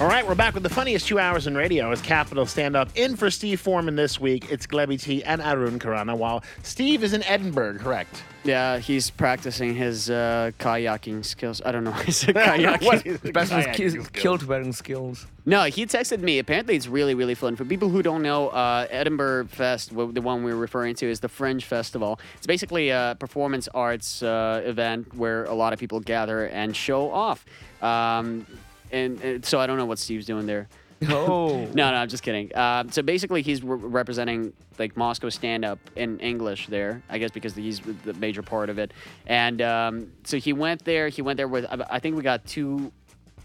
All right, we're back with the funniest two hours in radio as Capital Stand Up in for Steve Foreman this week. It's Glebby T and Arun Karana, while Steve is in Edinburgh, correct? Yeah, he's practicing his uh, kayaking skills. I don't know. why I said kayaking. What is- Best Kayaking with ki- skills. kilt wearing skills. No, he texted me. Apparently, it's really, really fun. For people who don't know, uh, Edinburgh Fest, w- the one we were referring to, is the Fringe Festival. It's basically a performance arts uh, event where a lot of people gather and show off. Um, and, and so I don't know what Steve's doing there. Oh. No, no, I'm just kidding. Uh, so basically, he's re- representing like Moscow stand up in English there, I guess, because he's the major part of it. And um, so he went there. He went there with I I think we got two,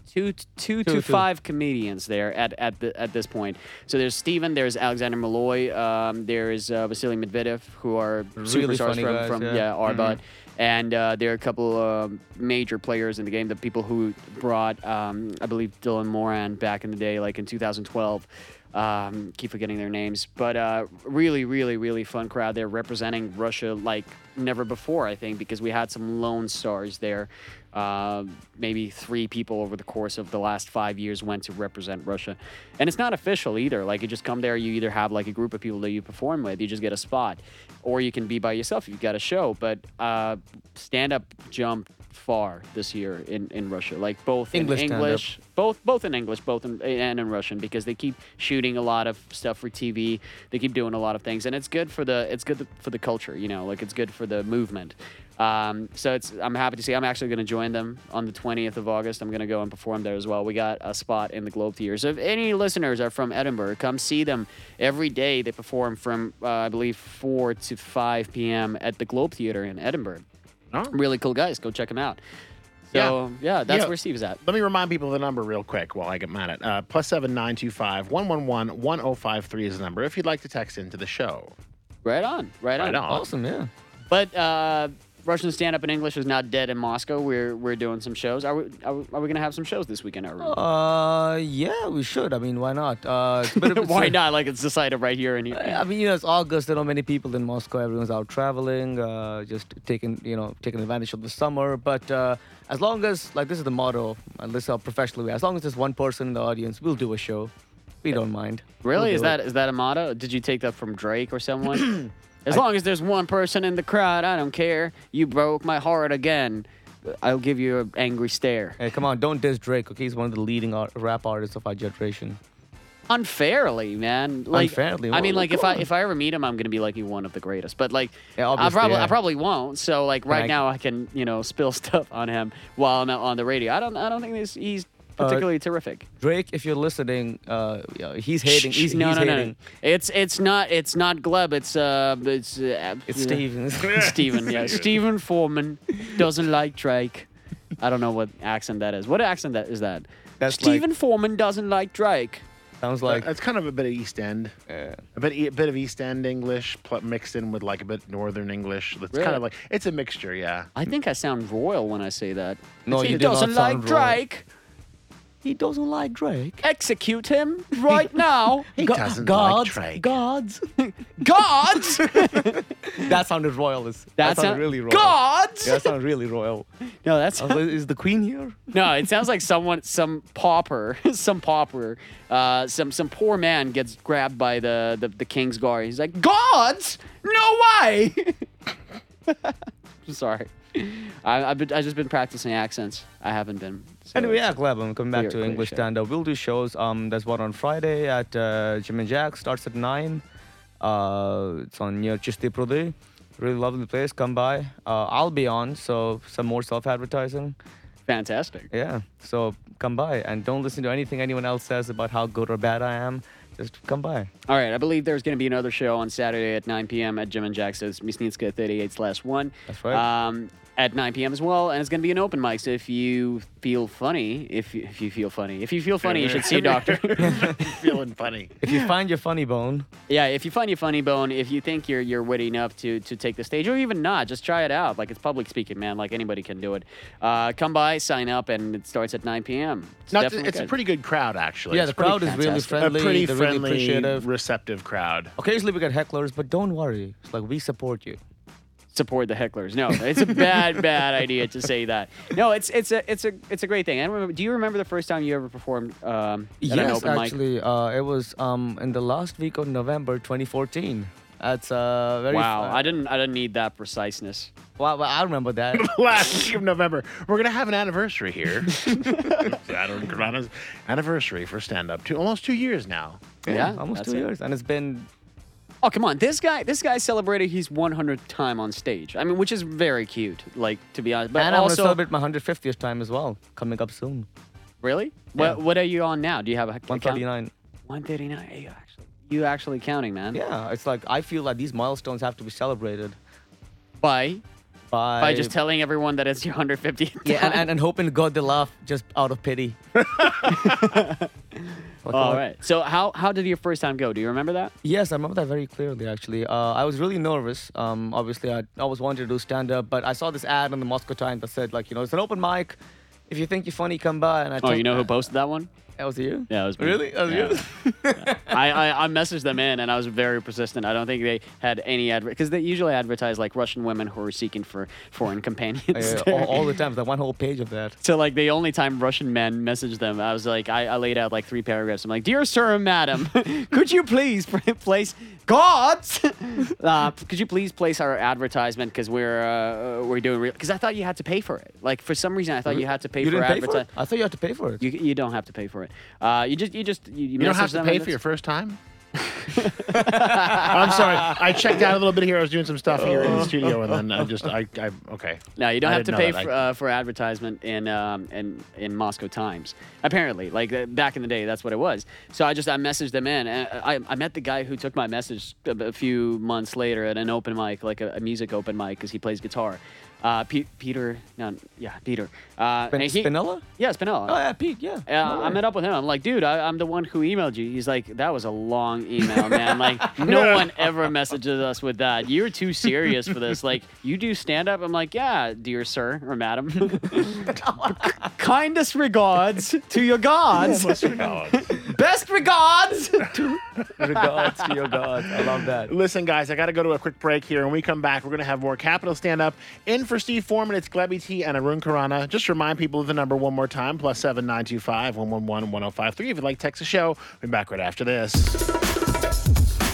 two, two to Two, two. five comedians there at at the, at this point. So there's Steven, there's Alexander Malloy, um, there's uh, Vasily Medvedev, who are Really superstars funny from guys, from yeah. Mm-hmm. yeah Arbat. And uh, there are a couple um major players in the game, the people who brought, um, I believe, Dylan Moran back in the day, like in 2012. Um, keep forgetting their names, but uh, really, really, really fun crowd there representing Russia like never before, I think, because we had some lone stars there. Uh, maybe three people over the course of the last five years went to represent Russia. And it's not official either. Like, you just come there, you either have like a group of people that you perform with, you just get a spot, or you can be by yourself if you've got a show. But uh, stand up jumped far this year in, in Russia, like both English in stand-up. English, both both in English, both in, and in Russian, because they keep shooting a lot of stuff for TV. They keep doing a lot of things, and it's good for the it's good for the culture, you know, like it's good for the movement. Um, so it's I'm happy to see. I'm actually going to join them on the 20th of August. I'm going to go and perform there as well. We got a spot in the Globe Theater. So if any listeners are from Edinburgh, come see them every day. They perform from uh, I believe 4 to 5 p.m. at the Globe Theater in Edinburgh. No? Really cool guys. Go check them out. So yeah, that's Yeah. where Steve's at. Let me remind people of the number real quick while I get mad at uh, plus seven nine two five one one one one zero five three is the number if you'd like to text into the show. Right on, right on. Right on. Awesome, yeah. But uh, Russian stand up in English is not dead in Moscow. We're we're doing some shows. Are we are we, are we gonna have some shows this weekend? Or Uh, yeah, we should. I mean, why not? Uh, it's a bit of- why not? Like it's decided right here and here. I mean, you know, it's August. There are not many people in Moscow. Everyone's out traveling, uh, just taking, you know, taking advantage of the summer. But uh, as long as, like, this is the motto, and this is our professional way. As long as there's one person in the audience, we'll do a show. We don't mind. Really? We'll is do it. that is that a motto? Did you take that from Drake or someone? as long as there's one person in the crowd, I don't care. You broke my heart again. I'll give you an angry stare. Hey, come on! Don't diss Drake. Okay, he's one of the leading art- rap artists of our generation. unfairly, man. Like, Unfairly? I mean, Well, like if come I on. if I ever meet him, I'm gonna be like you one of the greatest. But like, I Yeah, obviously, probably yeah. I probably won't. So like right I- now, I can you know spill stuff on him while I'm on the radio. I don't I don't think he's he's Uh, particularly terrific. Drake, if you're listening, uh, yeah, he's hating. He's, no he's no no, hating. no. It's it's not it's not Gleb. It's uh it's uh, It's you know, Steven. Steven, yeah. Steven Foreman doesn't like Drake. I don't know what accent that is. What accent that is that? That's Steven Foreman doesn't like Drake. Sounds like uh, That's kind of a bit of East End, Yeah. a bit e, a bit of East End English pl- mixed in with like a bit Northern English. It's kind Really? of like it's a mixture, yeah. I think I sound royal when I say that. Mm. No, he you do not doesn't like sound royal. Drake. he doesn't like Drake. Execute him right now. He Go- doesn't gods, like Drake. Gods. Gods! that sounded royalist. That That, sounded sound- really royal. Gods! Yeah, that sounded really royal. No, that's I was like, is the queen here? no. It sounds like someone, some pauper, some pauper, uh, some some poor man gets grabbed by the the, the king's guard. He's like, gods? No way! I'm sorry. I, I've been, I've just been practicing accents. I haven't been. so- Anyway, yeah, glad I'm coming back Clear, to clear English show. stand-up. We'll do shows. Um, there's one on Friday at uh, Jim and Jack. Starts at nine. Uh, it's on near Chiste Prode. Really lovely place. Come by. Uh, I'll be on. So some more self-advertising. fantastic. Yeah. So come by and don't listen to anything anyone else says about how good or bad I am. Just come by. All right, I believe there's going to be another show on Saturday at 9 p.m. at Jim and Jack's. It's Misnitska 38 slash 1. That's right. Um, at 9 p.m. as well, and it's going to be an open mic. So if you feel funny, if you, if you feel funny, if you feel funny, you should see a doctor. Feeling funny. If you find your funny bone, yeah, if you find your funny bone, if you think you're you're witty enough to to take the stage, or even not, just try it out. Like it's public speaking, man. Like anybody can do it. Uh, come by, sign up, and it starts at 9 p.m. It's, Not, definitely it's a good. pretty good crowd, actually. Oh, yeah, It's the crowd is really fantastic. pretty- friendly. a pretty they're friendly, really appreciative. receptive crowd. Occasionally we get hecklers, but don't worry. It's like we support you. support the hecklers. No, it's a bad, bad idea to say that. No, it's it's a it's a it's a great thing. I remember. Do you remember the first time you ever performed um, at an Yes, open mic? actually, uh, it was um, in the last week of November 2014. That's uh, very. Wow, fa- I didn't I didn't need that preciseness. wow, wow, I remember that. Last week of November, we're gonna have an anniversary here. Adam Carano's anniversary for stand up. Two almost two years now. Yeah, almost that's two it. years, and it's been Oh come on, this guy this guy celebrated his 100th time on stage. I mean, which is very cute. Like to be honest, but and I'm gonna also celebrate my 150th time as well, coming up soon. really, Yeah. what what are you on now? Do you have a account? 139. 139. Hey, you actually, you actually counting, man? Yeah, it's like I feel like these milestones have to be celebrated By by by just telling everyone that it's your 150th. yeah, and, and, and hoping to God they laugh just out of pity. Oh, Fuck All off. right. So how how did your first time go? Do you remember that? Yes, I remember that very clearly. Actually, uh, I was really nervous. Um, obviously, I always wanted to do stand up, but I saw this ad on the Moscow Times that said, like, you know, it's an open mic. If you think you're funny, come by. And I Oh, told- you know who posted that one? That was you. Yeah, it was me. Really? That was Yeah. you? I, I I messaged them in, and I was very persistent. I don't think they had any advert because they usually advertise like Russian women who are seeking for foreign companions. Yeah, all, all the times, like one whole page of that. So like the only time Russian men messaged them, I was like, I, I laid out like three paragraphs. I'm like, dear sir and madam, could you please pr- place gods? uh, could you please place our advertisement because we're uh, we're doing real? Because I thought you had to pay for it. Like for some reason, I thought you had to pay Mm-hmm. you for didn't pay for it? advertisement. I thought you had to pay for it. You, you don't have to pay for it. Uh, you just you just you, You don't have to pay for your first time. I'm sorry. I checked out a little bit here. I was doing some stuff here Oh. in the studio, and then I just I, I okay. No, you don't I have to didn't know pay that. for, I- uh, for advertisement in um, in in Moscow Times. Apparently, like uh, back in the day, that's what it was. So I just I messaged them in, and I, I met the guy who took my message a, a few months later at an open mic, like a, a music open mic, because he plays guitar. Uh, Pe- Peter, no, yeah, Peter. Uh, Spin- and he- Spinella? Yeah, Spinella. Oh yeah, Pete. Yeah. Yeah, No I way. met up with him. I'm like, dude, I, I'm the one who emailed you. He's like, that was a long email, man. Like, no one ever messages us with that. You're too serious for this. Like, you do stand up. I'm like, yeah, dear sir or madam. Kindest regards to your gods. Best regards. Regards to your God. I love that. Listen, guys, I got to go to a quick break here. When we come back, we're going to have more Capital Stand Up. In for Steve Foreman, it's Glebby T and Arun Karana. Just remind people of the number one more time plus oh 7925 111 1053. If you'd like to text the show, we'll be back right after this.